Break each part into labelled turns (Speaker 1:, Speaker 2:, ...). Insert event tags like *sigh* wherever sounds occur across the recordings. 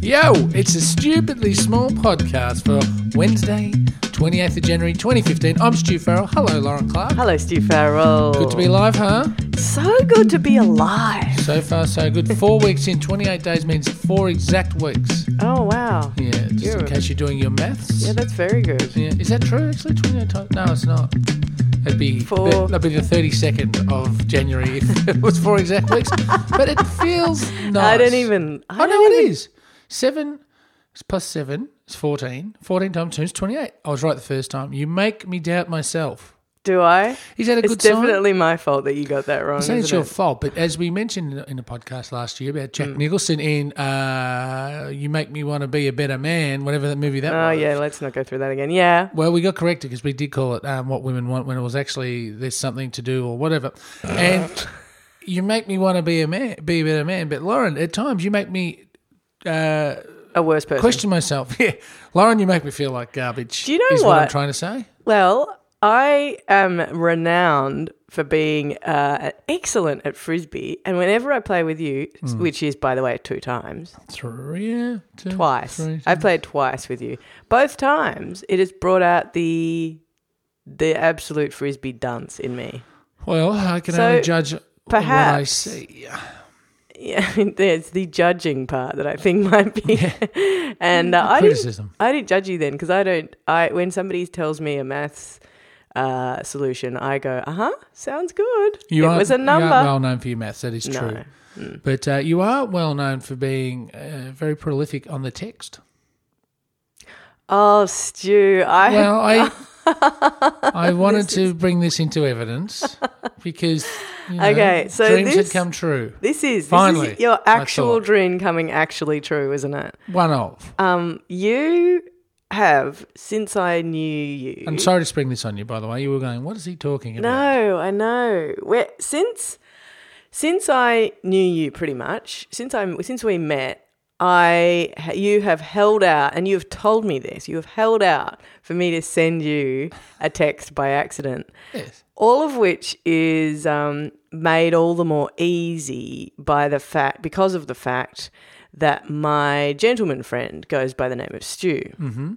Speaker 1: Yo, it's a stupidly small podcast for Wednesday, 28th of January 2015. I'm Stu Farrell. Hello, Lauren Clark.
Speaker 2: Hello, Steve Farrell.
Speaker 1: Good to be live, huh?
Speaker 2: So good to be alive.
Speaker 1: So far, so good.
Speaker 2: *laughs*
Speaker 1: Four weeks in, 28 days means four exact weeks.
Speaker 2: Oh wow.
Speaker 1: Yeah, just in
Speaker 2: You're-
Speaker 1: case you're doing your maths.
Speaker 2: Yeah, that's very good.
Speaker 1: Yeah, is that true? Actually, twenty eight times? No, it's not. That'd be
Speaker 2: Four.
Speaker 1: that'd be the thirty second of January if *laughs* it was four exact weeks. but it feels nice.
Speaker 2: *laughs*
Speaker 1: Oh,
Speaker 2: I don't even. I
Speaker 1: I
Speaker 2: don't
Speaker 1: know it
Speaker 2: even,
Speaker 1: is. Seven is plus seven is fourteen. Fourteen times two is twenty eight. I was right the first time. You make me doubt myself.
Speaker 2: Do I?
Speaker 1: Is that a
Speaker 2: It's
Speaker 1: good sign?
Speaker 2: definitely my fault that you got that wrong.
Speaker 1: I'm saying it's
Speaker 2: isn't
Speaker 1: your
Speaker 2: it? Hmm.
Speaker 1: fault, but as we mentioned in- in the podcast last year about Jack Nicholson in uh, "You Make Me Want to Be a Better Man," whatever that movie that
Speaker 2: Oh
Speaker 1: was.
Speaker 2: yeah, let's not go through that again. Yeah.
Speaker 1: Well, we got corrected because we did call it um, "What Women Want" when it was actually "There's Something to Do" or whatever. And you make me want to be a man, be a better man. But Lauren, at times you make me uh,
Speaker 2: A worse person.
Speaker 1: question myself. *laughs* Yeah, Lauren, you make me feel like garbage.
Speaker 2: Do you know
Speaker 1: is what? I'm
Speaker 2: what?
Speaker 1: trying to say?
Speaker 2: Well, I am renowned for being uh, excellent at frisbee, and whenever I play with you,
Speaker 1: Hmm.
Speaker 2: which is by the way two times,
Speaker 1: Three, yeah, two,
Speaker 2: twice.
Speaker 1: three.
Speaker 2: I played twice with you. Both times, it has brought out the the absolute frisbee dunce in me.
Speaker 1: Well, I can
Speaker 2: So,
Speaker 1: only judge what I
Speaker 2: perhaps-
Speaker 1: see.
Speaker 2: Yeah, *laughs* there's the judging part that I think *laughs* might be, and uh, I didn't,
Speaker 1: Criticism.
Speaker 2: I didn't judge you then because I don't. I when somebody tells me a maths uh, solution, I go, uh huh, sounds good.
Speaker 1: You
Speaker 2: it
Speaker 1: aren't-
Speaker 2: was a
Speaker 1: You aren't
Speaker 2: number.
Speaker 1: well known for your maths. That is
Speaker 2: No. Hmm.
Speaker 1: true. But uh, you are well known for being uh, very prolific on the text.
Speaker 2: Oh, Stu, I
Speaker 1: Well, I
Speaker 2: *laughs*
Speaker 1: I wanted to bring this into evidence because you know,
Speaker 2: Okay, so
Speaker 1: dreams
Speaker 2: this-
Speaker 1: had come true.
Speaker 2: *laughs* this is
Speaker 1: Finally,
Speaker 2: this is your
Speaker 1: I
Speaker 2: actual
Speaker 1: thought.
Speaker 2: dream coming actually true, isn't it?
Speaker 1: One of.
Speaker 2: Um, you have since I knew you.
Speaker 1: I'm sorry to spring this on you, by the way. You were going, what is he talking about?
Speaker 2: Um, No, I know. We're, since since I knew you, pretty much since I since we met, I you have held out, and you have told me this. You have held out for me to send you a text by accident,
Speaker 1: Yes.
Speaker 2: all of which is um, made all the more easy by the fact because of the fact that my gentleman friend goes by the name of Stu
Speaker 1: Mm-hmm.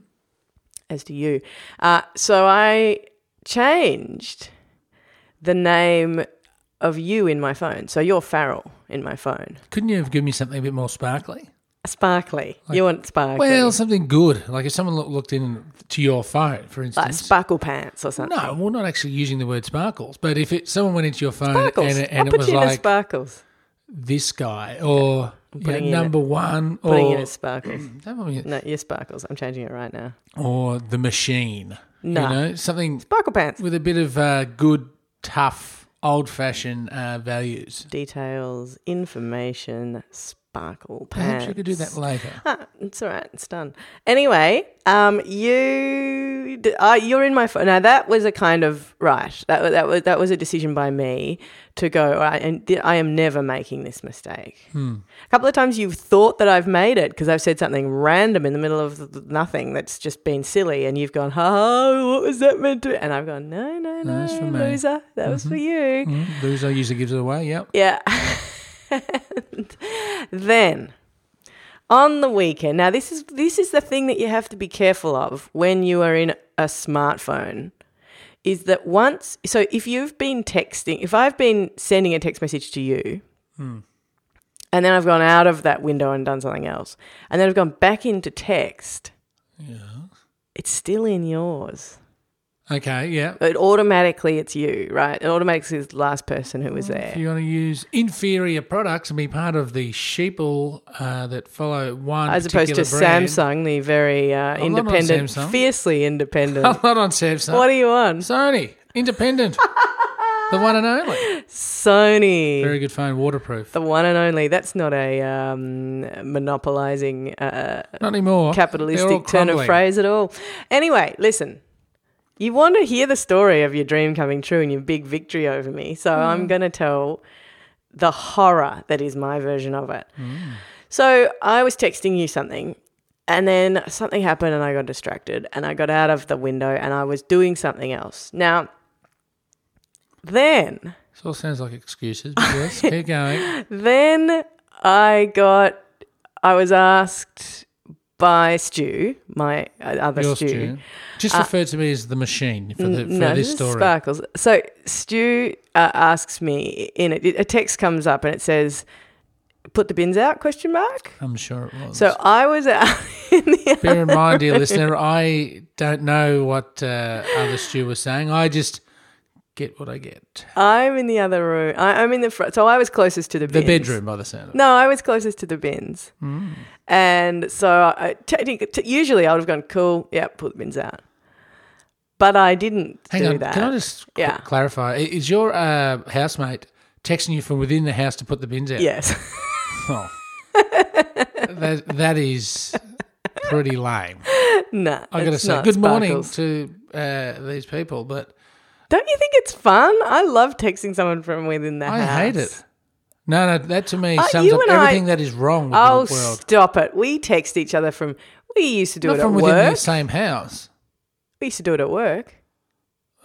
Speaker 2: as do you. Uh, so I changed the name of you in my phone. So you're Farrell in my phone.
Speaker 1: Couldn't you have given me something a bit more sparkly?
Speaker 2: Sparkly. you want sparkly.
Speaker 1: Well, something good. Like if someone loo- looked in to your phone, for instance.
Speaker 2: like sparkle pants or something.
Speaker 1: no, we're not actually using the word sparkles, but if it, someone went into your phone
Speaker 2: Sparkles.
Speaker 1: and, and
Speaker 2: I'll
Speaker 1: it
Speaker 2: put
Speaker 1: was
Speaker 2: you in a
Speaker 1: like
Speaker 2: sparkles.
Speaker 1: this guy or you know,
Speaker 2: putting in a-
Speaker 1: number one
Speaker 2: Putting you in
Speaker 1: or, *clears throat*
Speaker 2: a sparkles. No, you're sparkles. I'm changing it right now.
Speaker 1: or the machine.
Speaker 2: Nah.
Speaker 1: You know, something
Speaker 2: Sparkle pants.
Speaker 1: with a bit of uh, good, tough, old-fashioned uh, values.
Speaker 2: Details, information, sparkle pants.
Speaker 1: Perhaps you could do that later.
Speaker 2: Ah, it's all right. It's done. Anyway, um, you d- uh, you're in my phone. Now that was a kind of right. That wa- that was that was a decision by me to go. All right, and th- I am never making this mistake.
Speaker 1: Hmm.
Speaker 2: A couple of times you've thought that I've made it because I've said something random in the middle of th- nothing that's just been silly, and you've gone, "Oh, what was that meant to?" And I've gone, "No, no, no,
Speaker 1: that's for me."
Speaker 2: loser. That was for you."
Speaker 1: Mm, loser usually gives it away. Yep.
Speaker 2: Yeah. And then on the weekend. Now this is this is the thing that you have to be careful of when you are in a smartphone is that once so if you've been texting, if I've been sending a text message to you and then I've gone out of that window and done something else and then I've gone back into text,
Speaker 1: Yeah.
Speaker 2: it's still in yours.
Speaker 1: Okay. Yeah.
Speaker 2: It automatically it's you, right? It automatically is the last person who was there.
Speaker 1: If you want to use inferior products and be part of the sheeple uh, that follow one
Speaker 2: as opposed to
Speaker 1: particular brand, *laughs*
Speaker 2: Samsung, the very uh,
Speaker 1: I'm not on
Speaker 2: independent,
Speaker 1: Samsung.
Speaker 2: fiercely
Speaker 1: *laughs*
Speaker 2: independent.
Speaker 1: I'm not on Samsung.
Speaker 2: what are you on?
Speaker 1: Sony,
Speaker 2: *laughs*
Speaker 1: independent, the one and only.
Speaker 2: Sony,
Speaker 1: Very good phone, waterproof.
Speaker 2: the one and only. That's not a um, monopolizing uh,
Speaker 1: Not anymore. They're all
Speaker 2: capitalistic turn of
Speaker 1: crumbling.
Speaker 2: phrase at all. Anyway, listen. You want to hear the story of your dream coming true and your big victory over me. So
Speaker 1: Hmm.
Speaker 2: I'm going to tell the horror that is my version of it.
Speaker 1: Hmm.
Speaker 2: So I was texting you something, and then something happened, and I got distracted, and I got out of the window, and I was doing something else. Now, then,
Speaker 1: This
Speaker 2: *laughs*
Speaker 1: all sounds like excuses. But yes, keep going.
Speaker 2: then I got I was asked by Stu, my uh, other
Speaker 1: Your
Speaker 2: Stu.
Speaker 1: Stu. Just refer to me as the machine for, the, for
Speaker 2: Uh, no,
Speaker 1: this
Speaker 2: is
Speaker 1: story.
Speaker 2: sparkles. So Stu uh, asks me in it. A text comes up and it says, "Put the bins out?" Question mark.
Speaker 1: I'm sure it was.
Speaker 2: So I was *laughs* out in the
Speaker 1: Bear in mind,
Speaker 2: *laughs*
Speaker 1: dear listener, I don't know what uh, other Stu was saying. I just get what I get.
Speaker 2: I'm in the other room. I, I'm in the front. So I was closest to the
Speaker 1: The
Speaker 2: bins.
Speaker 1: bedroom, Hmm. by the sound of it.
Speaker 2: No, I was closest to the bins. And so I, technically, t- usually I would have gone, cool, yeah, put the bins out. But I didn't
Speaker 1: Hang
Speaker 2: do
Speaker 1: on,
Speaker 2: that.
Speaker 1: can I just qu-
Speaker 2: Yeah.
Speaker 1: clarify? I- Is your uh, housemate texting you from within the house to put the bins out?
Speaker 2: yes.
Speaker 1: *laughs*
Speaker 2: *laughs*
Speaker 1: Oh. that, that is pretty lame.
Speaker 2: no.
Speaker 1: i got to
Speaker 2: it's
Speaker 1: say,
Speaker 2: not.
Speaker 1: good morning
Speaker 2: Sparkles.
Speaker 1: to uh, these people, but
Speaker 2: Don't you think it's fun? I love texting someone from within the
Speaker 1: I
Speaker 2: house.
Speaker 1: hate it. No, no, that to me
Speaker 2: Uh,
Speaker 1: sums
Speaker 2: you
Speaker 1: up
Speaker 2: and I-
Speaker 1: everything that is wrong with
Speaker 2: Oh,
Speaker 1: the world.
Speaker 2: stop it. We text each other from, we used to do
Speaker 1: Not
Speaker 2: it
Speaker 1: from
Speaker 2: at
Speaker 1: within
Speaker 2: work.
Speaker 1: the same house.
Speaker 2: We used to do it at work.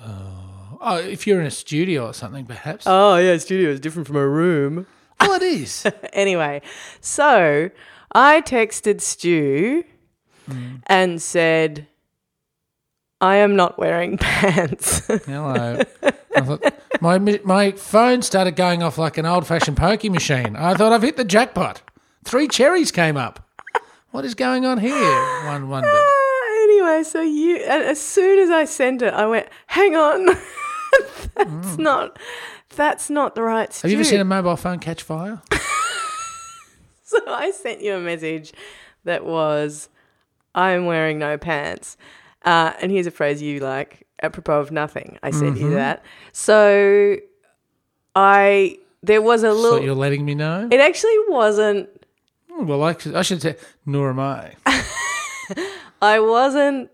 Speaker 1: Oh, if you're in a studio or something, perhaps.
Speaker 2: Oh, yeah, studio is different from a room.
Speaker 1: Well, it is.
Speaker 2: anyway, so I texted Stu and said, I am not wearing *laughs* pants. Ah,
Speaker 1: Hello. I thought, my my phone started going off like an old fashioned pokey machine. I thought I've hit the jackpot. Three cherries came up. What is going on here? One wondered.
Speaker 2: anyway, so you, and as soon as I sent it, I went, hang on. *laughs* that's not, that's not the right Stu.
Speaker 1: Have you ever seen a mobile phone catch fire?
Speaker 2: *laughs* so I sent you a message that was, I am wearing no pants. Uh, and here's a phrase you like, apropos of nothing. I sent you that. So I, there was a
Speaker 1: So
Speaker 2: little,
Speaker 1: you're letting me know.
Speaker 2: It actually wasn't.
Speaker 1: Hmm, Well, I, should- I should say, nor am I.
Speaker 2: I wasn't.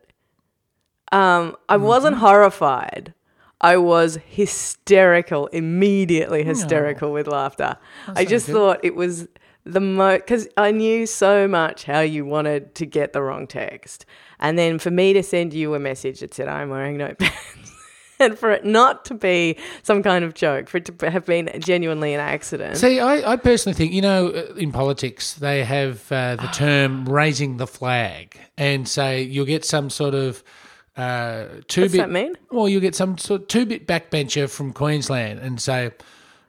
Speaker 2: Um, I wasn't horrified. I was hysterical, immediately hysterical with laughter. I just thought it was the most because I knew so much how you wanted to get the wrong text, and then for me to send you a message that said I'm wearing no *laughs* pants, and for it not to be some kind of joke, for it to have been genuinely an accident.
Speaker 1: See, I, I personally think, you know, uh, in politics, they have uh,
Speaker 2: Ah.
Speaker 1: the term raising the flag. And say you'll get some sort of uh, two
Speaker 2: What's
Speaker 1: bit.
Speaker 2: that mean?
Speaker 1: Well, you'll get some sort of two bit backbencher from Queensland and say,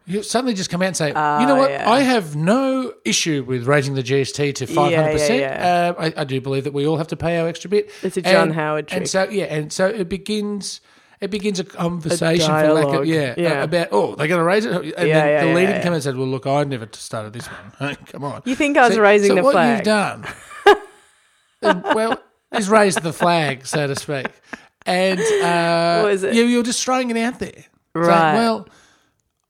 Speaker 1: you suddenly just come out and say, you know what?
Speaker 2: Ah, yeah.
Speaker 1: I have no issue with raising the GST to 500%.
Speaker 2: yeah.
Speaker 1: Uh, I, I do believe that we all have to pay our extra bit.
Speaker 2: It's a John
Speaker 1: And-
Speaker 2: Howard
Speaker 1: And
Speaker 2: trick.
Speaker 1: so, yeah, and so it begins. It begins a conversation, for lack of,
Speaker 2: dialogue.
Speaker 1: yeah,
Speaker 2: Yeah.
Speaker 1: about oh they're going to raise it, and then
Speaker 2: yeah,
Speaker 1: the
Speaker 2: yeah,
Speaker 1: leading
Speaker 2: yeah.
Speaker 1: and said, "Well, look, I never started this one. *laughs* Come on."
Speaker 2: You think I was raising
Speaker 1: so
Speaker 2: the
Speaker 1: what
Speaker 2: flag?
Speaker 1: you've
Speaker 2: *laughs*
Speaker 1: done? is- well, is raised the flag, so to speak, and uh,
Speaker 2: What is it?
Speaker 1: You, you're just throwing it out there. It's like,
Speaker 2: Right.
Speaker 1: well,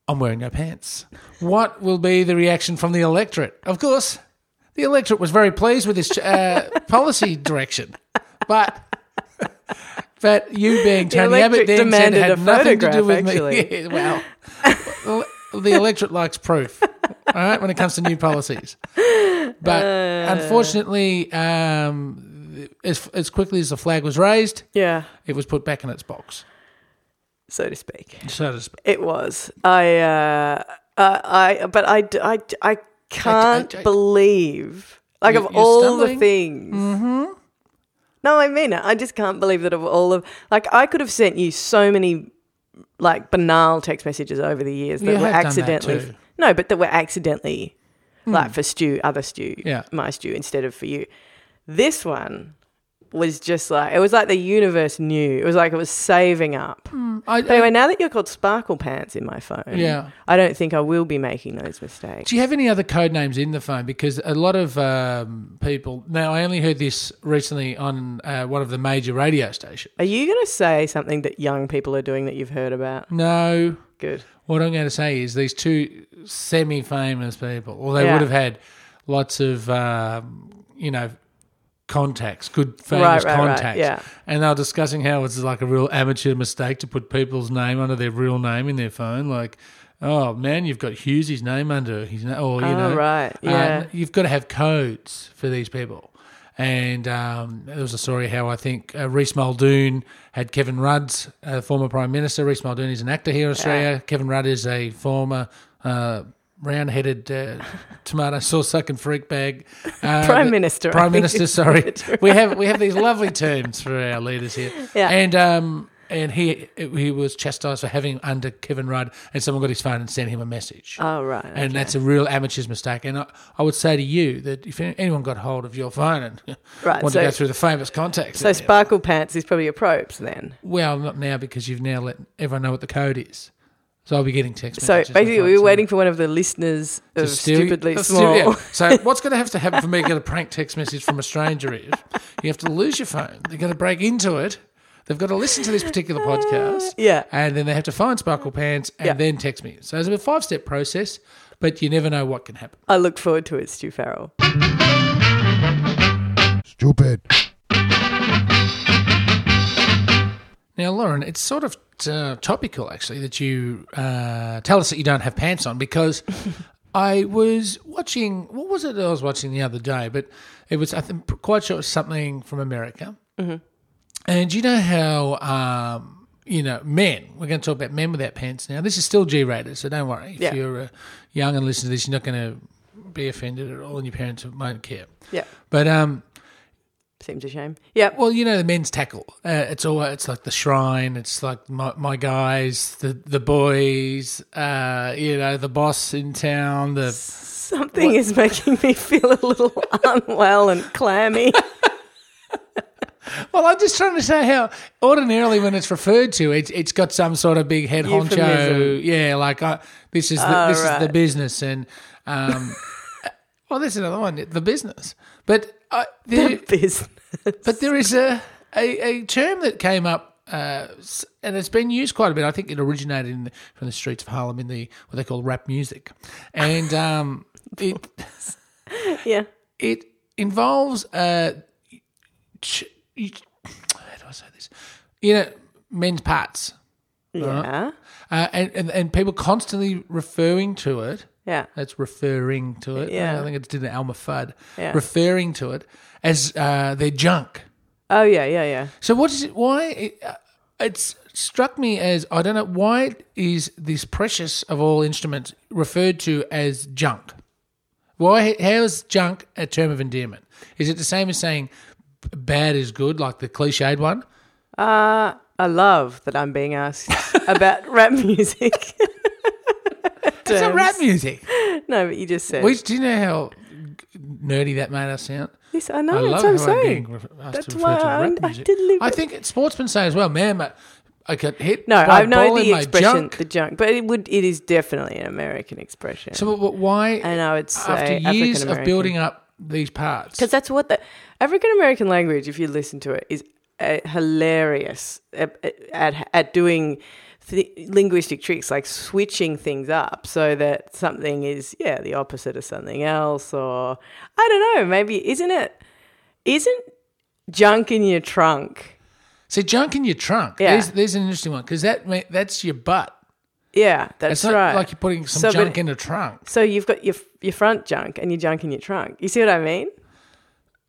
Speaker 1: I'm wearing no pants. What will be the reaction from the electorate? Of course, the electorate was very pleased with this uh, *laughs* policy direction, but. *laughs* But you being Tony Abbott then
Speaker 2: electorate
Speaker 1: said it
Speaker 2: demanded
Speaker 1: had
Speaker 2: a
Speaker 1: nothing to do
Speaker 2: photograph,
Speaker 1: with me.
Speaker 2: actually.
Speaker 1: *laughs* Yeah, well, well, the electorate likes proof, all right, when it comes to new policies. But
Speaker 2: Uh.
Speaker 1: unfortunately, um, as, as quickly as the flag was raised,
Speaker 2: yeah,
Speaker 1: it was put back in its box,
Speaker 2: so to speak.
Speaker 1: so to speak.
Speaker 2: It was. I, uh, uh, I, but I, d- I, d- I can't
Speaker 1: I- I-
Speaker 2: believe, like,
Speaker 1: You-
Speaker 2: of
Speaker 1: you're
Speaker 2: all
Speaker 1: stumbling?
Speaker 2: the things. Mm-hmm. No, I mean it. I just can't believe that of all of, like, I could have sent you so many, like, banal text messages over the years that
Speaker 1: You
Speaker 2: were
Speaker 1: have done that
Speaker 2: accidentally,
Speaker 1: too. Hmm.
Speaker 2: no, but that were accidentally, like, for Stu, other Stu,
Speaker 1: Yeah.
Speaker 2: my Stu, instead of for you. This one was just like, it was like the universe knew. It was like it was saving up.
Speaker 1: I,
Speaker 2: But anyway, now that you're called Sparkle Pants in my phone,
Speaker 1: Yeah.
Speaker 2: I don't think I will be making those mistakes.
Speaker 1: do you have any other code names in the phone? Because a lot of um, people. Now, I only heard this recently on uh, one of the major radio stations.
Speaker 2: Are you going to say something that young people are doing that you've heard about?
Speaker 1: No,
Speaker 2: Good.
Speaker 1: What I'm going to say is these two semi-famous people, well, they
Speaker 2: Yeah.
Speaker 1: would have had lots of, um, you know, contacts, good famous
Speaker 2: Right, right, right,
Speaker 1: contacts,
Speaker 2: yeah.
Speaker 1: and they were discussing how it's like a real amateur mistake to put people's name under their real name in their phone, like. Oh man, you've got Hughes' name under his name, or you
Speaker 2: Oh,
Speaker 1: know,
Speaker 2: right, yeah.
Speaker 1: uh, you've got to have codes for these people. And um, there was a story how I think uh, Reese Muldoon had Kevin Rudd's uh, former prime minister. Reese Muldoon is an actor here in Australia. Kevin Rudd is a former uh, round headed uh, tomato *laughs* sauce sucking freak bag. Uh,
Speaker 2: *laughs* Prime
Speaker 1: the-
Speaker 2: Minister, I
Speaker 1: Prime
Speaker 2: think
Speaker 1: Minister,
Speaker 2: is
Speaker 1: sorry.
Speaker 2: it.
Speaker 1: we have we have these lovely terms for our leaders here.
Speaker 2: Yeah.
Speaker 1: And um and he he was chastised for having under Kevin Rudd and someone got his phone and sent him a message.
Speaker 2: *laughs* Oh, right.
Speaker 1: and that's a real amateur's mistake. And I, I would say to you that if anyone got hold of your phone and *laughs*
Speaker 2: Right,
Speaker 1: wanted
Speaker 2: so-
Speaker 1: to go through the famous contacts,
Speaker 2: so
Speaker 1: that-
Speaker 2: Sparkle Pants is probably a probes then.
Speaker 1: well, not now because you've now let everyone know what the code is. So I'll be getting text
Speaker 2: So
Speaker 1: messages.
Speaker 2: basically,
Speaker 1: and
Speaker 2: we were
Speaker 1: phone
Speaker 2: waiting for one of the listeners
Speaker 1: *laughs*
Speaker 2: of
Speaker 1: steal-
Speaker 2: Stupidly
Speaker 1: that's
Speaker 2: Small.
Speaker 1: yeah. So what's going to have to happen for me to get a prank text message from a stranger is you have to lose your phone. They're going to break into it. They've got to listen to this
Speaker 2: *laughs*
Speaker 1: particular podcast.
Speaker 2: *laughs* yeah.
Speaker 1: And then they have to find Sparkle Pants and
Speaker 2: Yeah.
Speaker 1: then text me. So it's a five step process, but you never know what can happen.
Speaker 2: I look forward to it, Stu Farrell.
Speaker 3: Stupid.
Speaker 1: Now, Lauren, it's sort of uh, topical actually that you uh, tell us that you don't have pants on because I was watching. What was it that I was watching the other day? But it was, I think, quite sure it was something from America. And you know how, um, you know, men, we're going to talk about men without pants now. This is still G rated, so don't worry. If
Speaker 2: Yeah.
Speaker 1: you're uh, young and listen to this, you're not going to be offended at all, and your parents won't care.
Speaker 2: Yeah.
Speaker 1: But um,
Speaker 2: Seems a shame. Yeah.
Speaker 1: well, you know the men's tackle. Uh, it's all it's like the shrine. It's like my, my guys, the the boys. Uh, you know the boss in town. The
Speaker 2: Something is making me *laughs* feel a little unwell and clammy.
Speaker 1: *laughs* well, I'm just trying to say how ordinarily when it's referred to, it's it's got some sort of big head
Speaker 2: Euphemism.
Speaker 1: honcho. Yeah, like I, this is the,
Speaker 2: Oh,
Speaker 1: this is
Speaker 2: right.
Speaker 1: the business, and
Speaker 2: *laughs*
Speaker 1: um, well, there's another one, the business. But I, there,
Speaker 2: Business. *laughs*
Speaker 1: But there is a, a, a term that came up, uh, s- and it's been used quite a bit. I think it originated in the, from the streets of Harlem in the what they call rap music, and
Speaker 2: *laughs*
Speaker 1: um, it
Speaker 2: Yeah.
Speaker 1: it involves uh, ch- you- how do I say this? You know, men's parts,
Speaker 2: Yeah.
Speaker 1: uh, and, and and people constantly referring to it.
Speaker 2: Yeah.
Speaker 1: That's referring to it.
Speaker 2: Yeah.
Speaker 1: I think it's did an Alma Fudd
Speaker 2: Yeah.
Speaker 1: referring to it as uh, their junk.
Speaker 2: Oh, yeah, yeah, yeah.
Speaker 1: So what is it? Why it, uh, it's struck me as I don't know why is this precious of all instruments referred to as junk? Why how is junk a term of endearment? Is it the same as saying b- bad is good, like the cliched one?
Speaker 2: Uh, I love that I'm
Speaker 1: *laughs*
Speaker 2: being asked about rap music. *laughs*
Speaker 1: It's not rap music.
Speaker 2: no, but you just said.
Speaker 1: We, do you know how g- nerdy that made us sound?
Speaker 2: yes, I know.
Speaker 1: I love
Speaker 2: that's what I'm
Speaker 1: how I'm being
Speaker 2: saying.
Speaker 1: re- asked
Speaker 2: That's
Speaker 1: to refer to
Speaker 2: why
Speaker 1: rap
Speaker 2: I- I
Speaker 1: music.
Speaker 2: didn't leave
Speaker 1: I
Speaker 2: it-
Speaker 1: think it, sportsmen say as well, man. My, I got hit.
Speaker 2: No,
Speaker 1: by
Speaker 2: I
Speaker 1: a ball
Speaker 2: know
Speaker 1: in
Speaker 2: the
Speaker 1: my
Speaker 2: expression,
Speaker 1: junk.
Speaker 2: the junk, but it would. It is definitely an American expression.
Speaker 1: So, but why?
Speaker 2: and I would
Speaker 1: after
Speaker 2: say
Speaker 1: years of
Speaker 2: African-American.
Speaker 1: building up these parts.
Speaker 2: Because that's what the African American language, if you listen to it, is uh, hilarious at, at, at doing th- linguistic tricks like switching things up so that something is, yeah, the opposite of something else. Or I don't know, maybe isn't it, isn't junk in your trunk?
Speaker 1: So junk in your trunk.
Speaker 2: Yeah.
Speaker 1: There's, there's an interesting one because that ma- that's your butt.
Speaker 2: Yeah, that's
Speaker 1: It's not
Speaker 2: right.
Speaker 1: like you're putting some
Speaker 2: So, but-
Speaker 1: junk in a trunk.
Speaker 2: so you've got your, your front junk and your junk in your trunk. You see what I mean?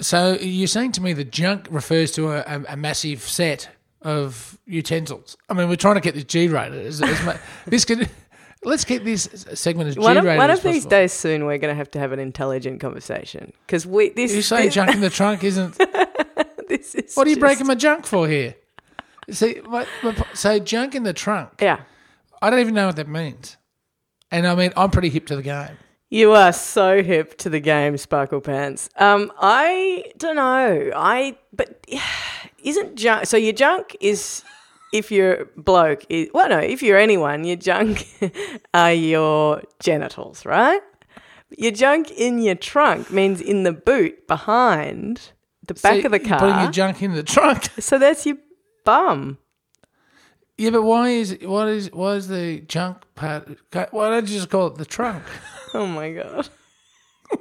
Speaker 1: So you're saying to me that junk refers to a, a, a massive set of utensils. I mean, we're trying to get this G-rated. As, as mu- *laughs* this could. Let's get this segment as
Speaker 2: One of,
Speaker 1: G-rated
Speaker 2: one
Speaker 1: as
Speaker 2: of these
Speaker 1: possible.
Speaker 2: days soon, we're going to have to have an intelligent conversation because we this
Speaker 1: You say
Speaker 2: *laughs* this,
Speaker 1: junk in the trunk
Speaker 2: *laughs*
Speaker 1: isn't.
Speaker 2: this is
Speaker 1: What are you
Speaker 2: just-
Speaker 1: breaking my junk for here? See, my, my, po- so junk in the trunk.
Speaker 2: Yeah,
Speaker 1: I don't even know what that means. And I mean, I'm pretty hip to the game.
Speaker 2: you are so hip to the game, Sparkle Pants. Um, I don't know. I but *sighs* isn't junk? So your junk is if you're bloke. Is, well, no, if you're anyone, your junk *laughs* are your genitals, right? Your junk in your trunk means in the boot behind the back
Speaker 1: So
Speaker 2: of the
Speaker 1: you're Putting your
Speaker 2: car.
Speaker 1: junk in the trunk. *laughs*
Speaker 2: so that's your bum.
Speaker 1: Yeah, but why is what is why is the junk part? Why don't you just call it the trunk?
Speaker 2: Oh my god. *laughs*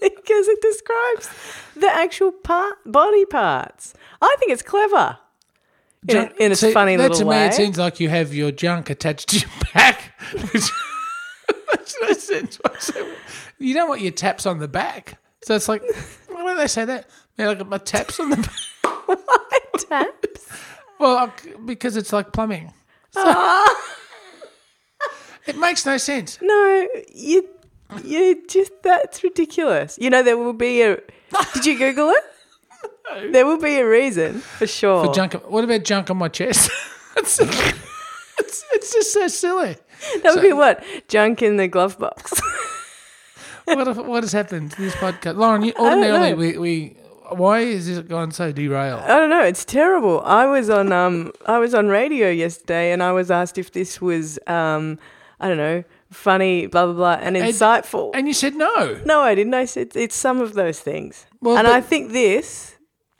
Speaker 2: because it describes the actual part, body parts. I think it's clever. In,
Speaker 1: Junk-
Speaker 2: in its
Speaker 1: See,
Speaker 2: funny
Speaker 1: that
Speaker 2: little
Speaker 1: to me,
Speaker 2: way.
Speaker 1: it seems like you have your junk attached to your *laughs* back, which makes no sense. whatsoever. You don't want your taps on the back, so it's like why do they say that? Man, I got my taps on the back. *laughs*
Speaker 2: *laughs* Why taps?
Speaker 1: Well, I- because it's like plumbing. So- It makes no sense.
Speaker 2: Ah, No, you, you just that's ridiculous. You know, there will be a. Did you Google
Speaker 1: *laughs*
Speaker 2: it? There will be a reason for sure.
Speaker 1: But junk. What about junk on my chest? *laughs* it's, it's, it's just so silly.
Speaker 2: that would be what junk in the glove box.
Speaker 1: What if, what has happened to this podcast, Lauren? You,
Speaker 2: don't know.
Speaker 1: ordinarily we, we why is it gone so derailed?
Speaker 2: I don't know. It's terrible. I was on um I was on radio yesterday, and I was asked if this was um I don't know funny blah blah blah and insightful.
Speaker 1: And you said no.
Speaker 2: no, I didn't. I said it's some of those things,
Speaker 1: Well,
Speaker 2: and
Speaker 1: but-
Speaker 2: I think this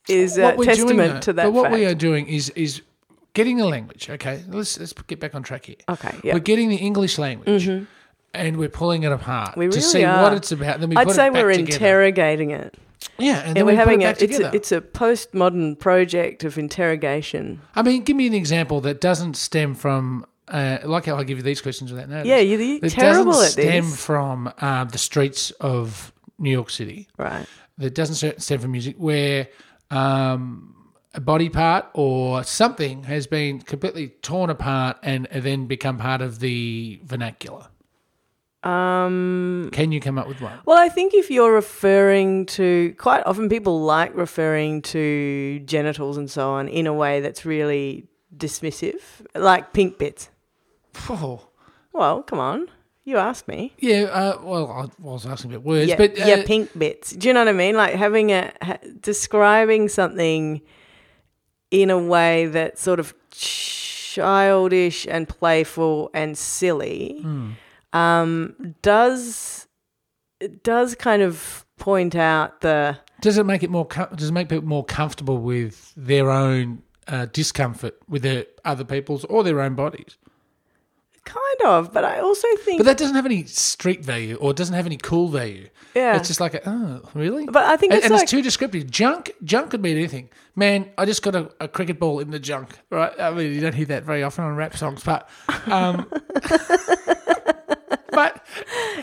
Speaker 2: is a testament
Speaker 1: though-
Speaker 2: to that.
Speaker 1: But what
Speaker 2: fact.
Speaker 1: we are doing is is getting the language. Okay, let's let's get back on track here.
Speaker 2: Okay, Oh, yeah. Mm-hmm.
Speaker 1: We're getting the English language, and we're pulling it apart
Speaker 2: We
Speaker 1: to
Speaker 2: really
Speaker 1: see
Speaker 2: are.
Speaker 1: what it's about. Then we
Speaker 2: I'd
Speaker 1: put
Speaker 2: say
Speaker 1: it back
Speaker 2: we're
Speaker 1: together.
Speaker 2: interrogating it.
Speaker 1: Yeah, and
Speaker 2: Yeah,
Speaker 1: then
Speaker 2: we're
Speaker 1: we
Speaker 2: having
Speaker 1: put it
Speaker 2: a
Speaker 1: back
Speaker 2: it's,
Speaker 1: together.
Speaker 2: a it's a postmodern project of interrogation.
Speaker 1: I mean, give me an example that doesn't stem from. Uh, like how I give you these questions without notice.
Speaker 2: Yeah, you're, you're
Speaker 1: that
Speaker 2: terrible at
Speaker 1: doesn't stem
Speaker 2: this.
Speaker 1: from uh, the streets of New York City.
Speaker 2: Right.
Speaker 1: that doesn't stand for music, where um, a body part or something has been completely torn apart and then become part of the vernacular. Um, Can you come up with one?
Speaker 2: Well, I think if you're referring to, quite often people like referring to genitals and so on in a way that's really dismissive, like pink bits.
Speaker 1: Oh,
Speaker 2: Well, come on, you asked me.
Speaker 1: yeah. Uh, well, I was asking about words,
Speaker 2: Yeah,
Speaker 1: but uh,
Speaker 2: yeah, pink bits. Do you know what I mean? Like having a ha, describing something in a way that's sort of childish and playful and silly
Speaker 1: Hmm.
Speaker 2: um, does it does kind of point out the
Speaker 1: does it make it more? Com- does it make people more comfortable with their own uh, discomfort with their other people's or their own bodies?
Speaker 2: kind of, but I also think
Speaker 1: But that doesn't have any street value or doesn't have any cool value.
Speaker 2: yeah.
Speaker 1: It's just like, a, oh, really?
Speaker 2: but I think
Speaker 1: and,
Speaker 2: it's
Speaker 1: and
Speaker 2: like
Speaker 1: it's too descriptive. Junk, junk could mean anything. Man, I just got a, a cricket ball in the junk. Right? I mean, you don't hear that very often on rap songs, but um, *laughs* but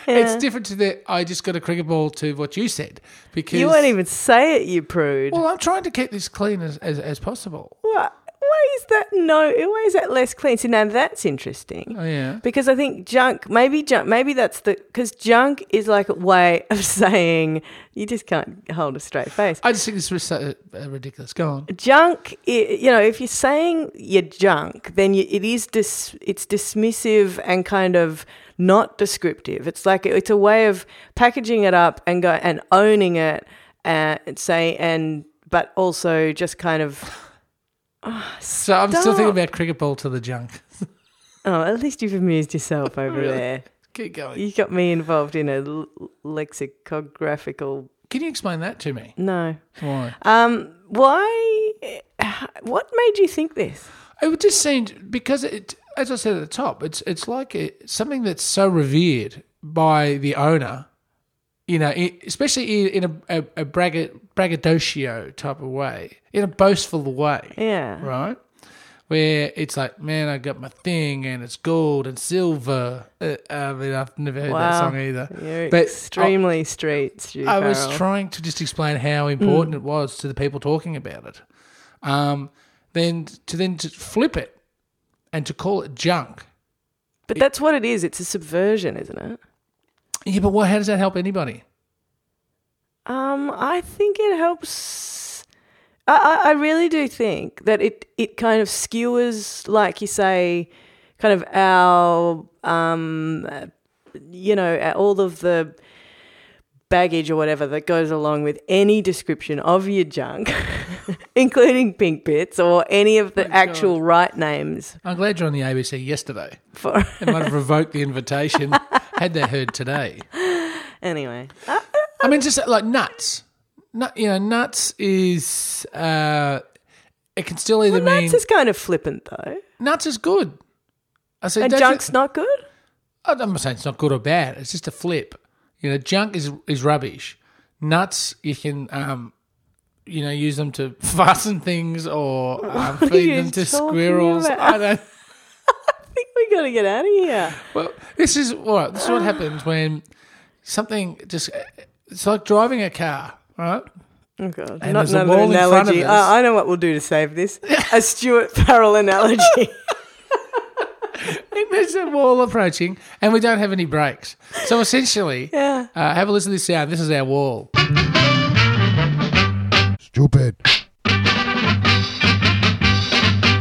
Speaker 1: it's different to the I just got a cricket ball to what you said because
Speaker 2: you won't even say it, you prude.
Speaker 1: well, I'm trying to keep this clean as as, as possible.
Speaker 2: What? Why is that no? Why is that less clean? See, now that's interesting.
Speaker 1: Oh yeah,
Speaker 2: Because I think junk, maybe junk, maybe that's the because junk is like a way *laughs* of saying you just can't hold a straight face.
Speaker 1: I just think this was so uh, ridiculous. Go on.
Speaker 2: Junk, i- you know, if you're saying you're junk, then you, it is dis, it's dismissive and kind of not descriptive. It's like it's a way of packaging it up and go and owning it and say and but also just kind of
Speaker 1: So I'm still thinking
Speaker 2: Stop.
Speaker 1: about cricket ball to the junk.
Speaker 2: oh, at least you've amused yourself over
Speaker 1: Really?
Speaker 2: there.
Speaker 1: Keep going.
Speaker 2: You got me involved in a l- lexicographical
Speaker 1: Can you explain that to me?
Speaker 2: no.
Speaker 1: Why?
Speaker 2: Um, why? What made you think this?
Speaker 1: It would just seemed because it, as I said at the top, it's it's like it, something that's so revered by the owner, you know, i especially in, in a, a, a braggat, braggadocio type of way, in a boastful way,
Speaker 2: Yeah.
Speaker 1: right? Where it's like, man, I got my thing, and it's gold and silver. Uh, I mean, I've never heard that
Speaker 2: Wow.
Speaker 1: song either.
Speaker 2: You're
Speaker 1: But uh,
Speaker 2: extremely straight, Stu
Speaker 1: I was
Speaker 2: Farrell.
Speaker 1: trying to just explain how important it was to the people talking about it. Um, then to then to flip it and to call it junk.
Speaker 2: but that's what it is. It's a subversion, isn't it?
Speaker 1: Yeah, but what, how does that help anybody?
Speaker 2: Um, I think it helps. I, I, I really do think that it, it kind of skewers, like you say, kind of our, um, uh, you know, uh, all of the baggage or whatever that goes along with any description of your junk, *laughs* including pink bits or any of the actual right names
Speaker 1: I'm glad you're on the ABC yesterday.
Speaker 2: for. *laughs*
Speaker 1: It might have revoked the invitation *laughs* had they heard today.
Speaker 2: anyway,
Speaker 1: I mean, just like nuts. Nut, you know, nuts is uh, it can still either mean
Speaker 2: that's just kind of flippant though.
Speaker 1: nuts is good. I said
Speaker 2: And
Speaker 1: that's-
Speaker 2: junk's not good.
Speaker 1: I'm not saying it's not good or bad. It's just a flip. You know, junk is is rubbish. Nuts, you can, um, you know, use them to *laughs* fasten things or
Speaker 2: *laughs*
Speaker 1: um, feed
Speaker 2: you
Speaker 1: them to
Speaker 2: talking
Speaker 1: squirrels.
Speaker 2: about?
Speaker 1: I don't.
Speaker 2: I think we got to get out of here.
Speaker 1: Well, this is what this is what happens when something just. It's like driving a car, right? *laughs*
Speaker 2: Oh God!
Speaker 1: And
Speaker 2: Not
Speaker 1: there's a
Speaker 2: another
Speaker 1: wall in front of
Speaker 2: analogy.
Speaker 1: us.
Speaker 2: *laughs* I, I know what we'll do to save this. a Stuart Farrell analogy.
Speaker 1: There's a wall approaching, and we don't have any breaks. So essentially,
Speaker 2: Yeah.
Speaker 1: uh, have a listen to this sound. This is our wall.
Speaker 3: Stupid.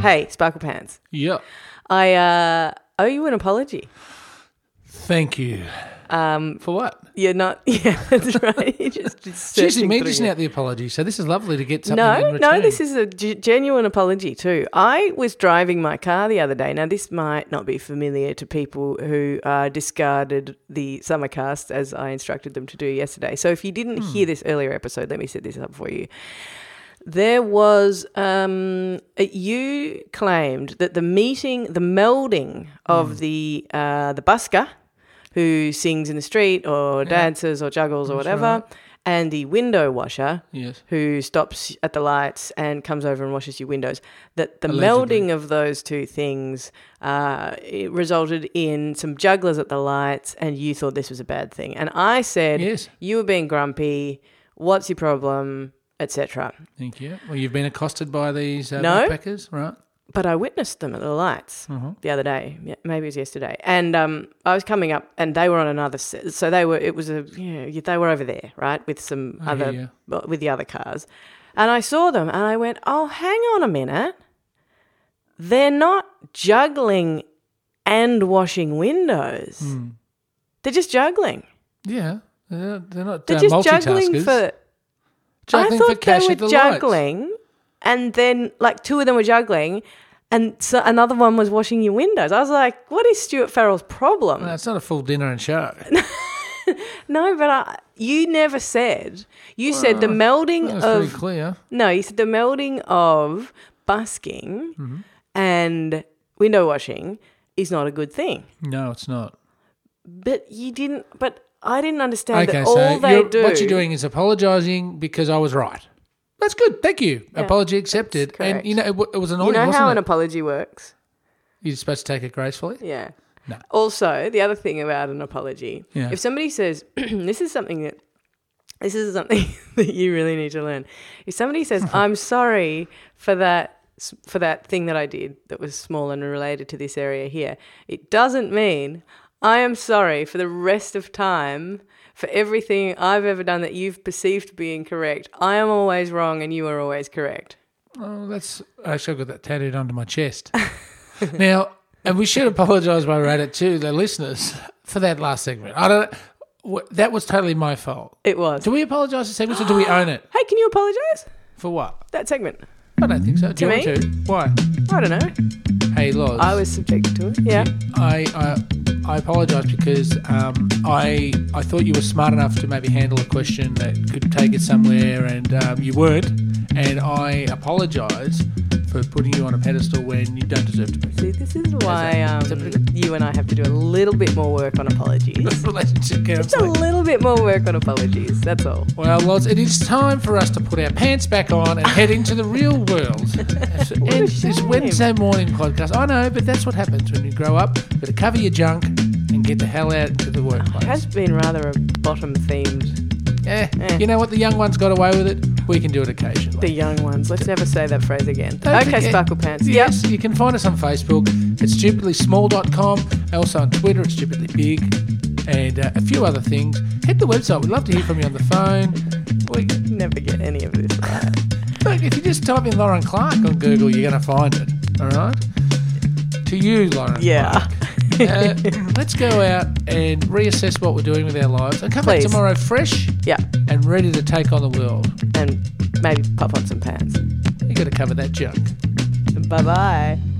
Speaker 2: Hey, Sparkle Pants.
Speaker 1: Yeah.
Speaker 2: I uh, owe you an apology.
Speaker 1: Thank you. Um, For what?
Speaker 2: You're not. *laughs* Yeah, that's right. You're just,
Speaker 1: It's
Speaker 2: just
Speaker 1: usually
Speaker 2: searching
Speaker 1: me
Speaker 2: through
Speaker 1: dishing
Speaker 2: your-
Speaker 1: out the apology. So this is lovely to get something
Speaker 2: No,
Speaker 1: in
Speaker 2: no,
Speaker 1: return.
Speaker 2: this is a g- genuine apology too. I was driving my car the other day. Now, this might not be familiar to people who uh, discarded the summer cast as I instructed them to do yesterday. So, if you didn't
Speaker 1: Hmm.
Speaker 2: hear this earlier episode, let me set this up for you. There was, um, you claimed that the meeting, the melding
Speaker 1: Hmm.
Speaker 2: of the uh, the busker who sings in the street or dances or juggles or whatever, and the window washer
Speaker 1: Yes.
Speaker 2: who stops at the lights and comes over and washes your windows. That the
Speaker 1: Allegedly.
Speaker 2: melding of those two things uh, it resulted in some jugglers at the lights, and you thought this was a bad thing. And I said,
Speaker 1: Yes.
Speaker 2: you were being grumpy. What's your problem?" Etc.
Speaker 1: Thank you. Well, you've been accosted by these uh,
Speaker 2: No.
Speaker 1: backpackers, right?
Speaker 2: But I witnessed them at the lights
Speaker 1: Mm-hmm.
Speaker 2: the other day. Yeah, Maybe it was yesterday. And um, I was coming up, and they were on another. se- So they were. It was a. You know, they were over there, right, with some other
Speaker 1: hear
Speaker 2: well, with the other cars. And I saw them, and I went, "Oh, hang on a minute. They're not juggling and washing windows.
Speaker 1: Hmm.
Speaker 2: They're just juggling.
Speaker 1: Yeah. They're, they're not
Speaker 2: They're
Speaker 1: uh,
Speaker 2: just
Speaker 1: multitaskers.
Speaker 2: juggling for
Speaker 1: Juggling
Speaker 2: I
Speaker 1: for
Speaker 2: thought
Speaker 1: cash
Speaker 2: they were
Speaker 1: at the lights.
Speaker 2: juggling, and then like two of them were juggling, and so another one was washing your windows. I was like, "What is Stuart Farrell's problem?"
Speaker 1: No, it's not a full dinner and
Speaker 2: *laughs*
Speaker 1: show.
Speaker 2: no, but I, you never said. You said the melding
Speaker 1: That's
Speaker 2: of
Speaker 1: pretty clear.
Speaker 2: no, you said the melding of busking
Speaker 1: Mm-hmm.
Speaker 2: and window washing is not a good thing.
Speaker 1: No, it's not.
Speaker 2: But you didn't. But I didn't understand
Speaker 1: Okay,
Speaker 2: that all
Speaker 1: so
Speaker 2: they
Speaker 1: you're-
Speaker 2: do.
Speaker 1: what you're doing is apologising because I was right. That's good. Thank you. Apology accepted. And
Speaker 2: correct.
Speaker 1: you know it, w- it was annoying,
Speaker 2: You know
Speaker 1: wasn't
Speaker 2: how
Speaker 1: it?
Speaker 2: an apology works.
Speaker 1: you're supposed to take it gracefully.
Speaker 2: Yeah. Also, the other thing about an apology,
Speaker 1: Yeah.
Speaker 2: if somebody says, *clears throat* this is something that, this is something *laughs* that you really need to learn. If somebody
Speaker 1: *laughs*
Speaker 2: says, I'm sorry for that, for that thing that I did that was small and related to this area here, it doesn't mean I am sorry for the rest of time for everything I've ever done that you've perceived to be incorrect. I am always wrong and you are always correct.
Speaker 1: Oh, that's actually I've got that tattooed onto my chest. *laughs* now, and we should apologise by Reddit too, the listeners, for that last segment. I don't. wh- That was totally my fault.
Speaker 2: It was.
Speaker 1: Do we apologise to segments or
Speaker 2: *gasps*
Speaker 1: do we own it?
Speaker 2: Hey, can you apologize?
Speaker 1: For what?
Speaker 2: That segment.
Speaker 1: I don't think so. Do
Speaker 2: To
Speaker 1: you want to? Why?
Speaker 2: I don't know.
Speaker 1: Hey, Loz.
Speaker 2: I was subjected to it. Yeah.
Speaker 1: I I, I apologise because um, I I thought you were smart enough to maybe handle a question that could take it somewhere, and um, you weren't. And I apologise for putting you on a pedestal when you don't deserve to be.
Speaker 2: See, this is why um, you and I have to do a little bit more work on apologies.
Speaker 1: Relationship
Speaker 2: Just a
Speaker 1: counselling.
Speaker 2: little bit more work on apologies. That's all.
Speaker 1: Well, Loz, it is time for us to put our pants back on and head into the real world.
Speaker 2: *laughs*
Speaker 1: and this
Speaker 2: shame.
Speaker 1: Wednesday morning podcast. I know, but that's what happens when you grow up. Got to cover your junk and get the hell out into the
Speaker 2: It has
Speaker 1: workplace.
Speaker 2: been rather a bottom themed.
Speaker 1: Eh, You know what? The young ones got away with it. We can do it occasionally.
Speaker 2: The young ones. Let's never say that phrase again.
Speaker 1: Don't
Speaker 2: okay,
Speaker 1: forget-
Speaker 2: Sparkle Pants. Yep.
Speaker 1: Yes, you can find us on Facebook at stupidlysmall.com, also on Twitter at stupidlybig, and uh, a few other things. Hit the website. We'd love to hear from you on the phone. We,
Speaker 2: Never get any of *laughs* this right.
Speaker 1: look, if you just type in Lauren Clark on Google, you're going to find it. All right? To you, Lauren.
Speaker 2: Yeah.
Speaker 1: Uh,
Speaker 2: *laughs*
Speaker 1: let's go out and reassess what we're doing with our lives and come
Speaker 2: Please.
Speaker 1: back tomorrow fresh
Speaker 2: Yeah.
Speaker 1: and ready to take on the world.
Speaker 2: And maybe pop on some pants.
Speaker 1: you got to cover that junk.
Speaker 2: Bye bye.